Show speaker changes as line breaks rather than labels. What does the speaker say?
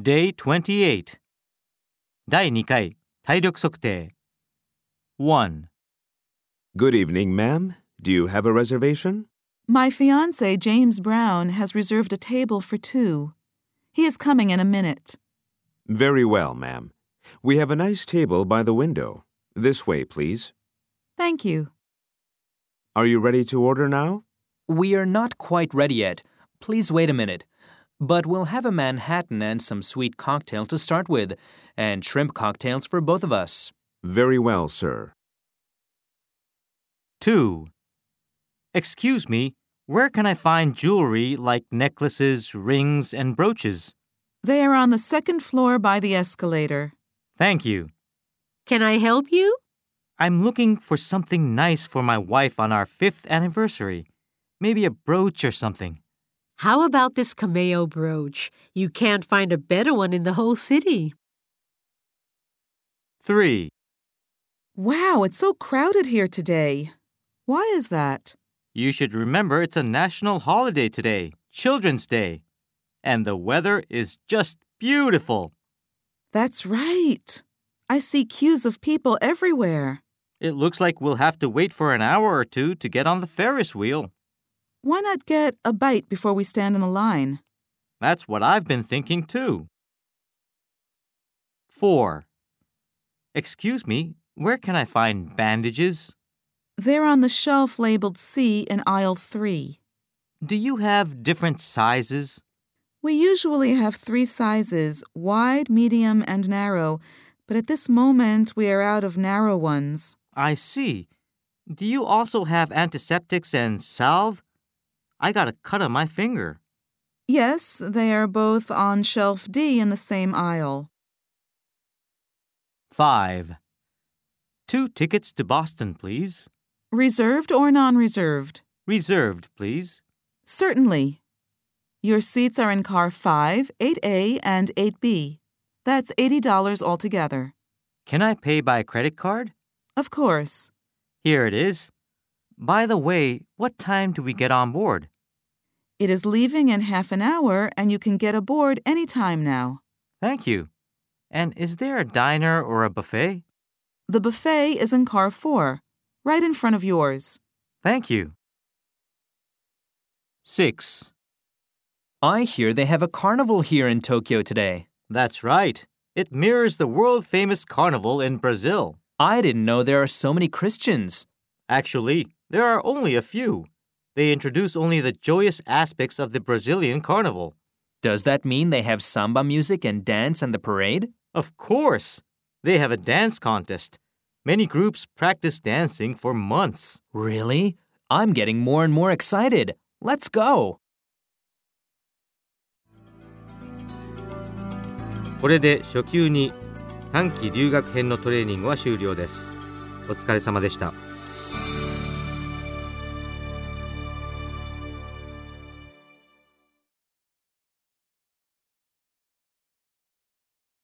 Day 28第2回体力測定 1.
Good evening, ma'am. Do you have a reservation?
My fiance, James Brown, has reserved a table for two. He is coming in a minute.
Very well, ma'am. We have a nice table by the window. This way, please.
Thank you.
Are you ready to order now?
We are not quite ready yet. Please wait a minute. But we'll have a Manhattan and some sweet cocktail to start with, and shrimp cocktails for both of us.
Very well, sir.
2. Excuse me, where can I find jewelry like necklaces, rings, and brooches?
They are on the second floor by the escalator.
Thank you.
Can I help you?
I'm looking for something nice for my wife on our fifth anniversary. Maybe a brooch or something.
How about this cameo brooch? You can't find a better one in the whole city.
3.
Wow, it's so crowded here today. Why is that?
You should remember it's a national holiday today, Children's Day. And the weather is just beautiful.
That's right. I see queues of people everywhere.
It looks like we'll have to wait for an hour or two to get on the Ferris wheel.
Why not get a bite before we stand in the line?
That's what I've been thinking too. 4. Excuse me, where can I find bandages?
They're on the shelf labeled C in aisle 3.
Do you have different sizes?
We usually have three sizes wide, medium, and narrow, but at this moment we are out of narrow ones.
I see. Do you also have antiseptics and salve? I got a cut on my finger.
Yes, they are both on shelf D in the same aisle.
5. Two tickets to Boston, please.
Reserved or non reserved?
Reserved, please.
Certainly. Your seats are in car 5, 8A, and 8B. That's $80 altogether.
Can I pay by credit card?
Of course.
Here it is. By the way, what time do we get on board?
It is leaving in half an hour, and you can get aboard any time now.
Thank you. And is there a diner or a buffet?
The buffet is in car 4, right in front of yours.
Thank you. 6.
I hear they have a carnival here in Tokyo today.
That's right. It mirrors the world famous carnival in Brazil.
I didn't know there are so many Christians.
Actually, there are only a few. They introduce only the joyous aspects of the Brazilian carnival.
Does that mean they have samba music and dance and the parade?
Of course, they have a dance contest. Many groups practice dancing for months.
Really? I'm getting more and more excited. Let's go!
これで初級に短期留学編のトレーニングは終了です。お疲れ様でした。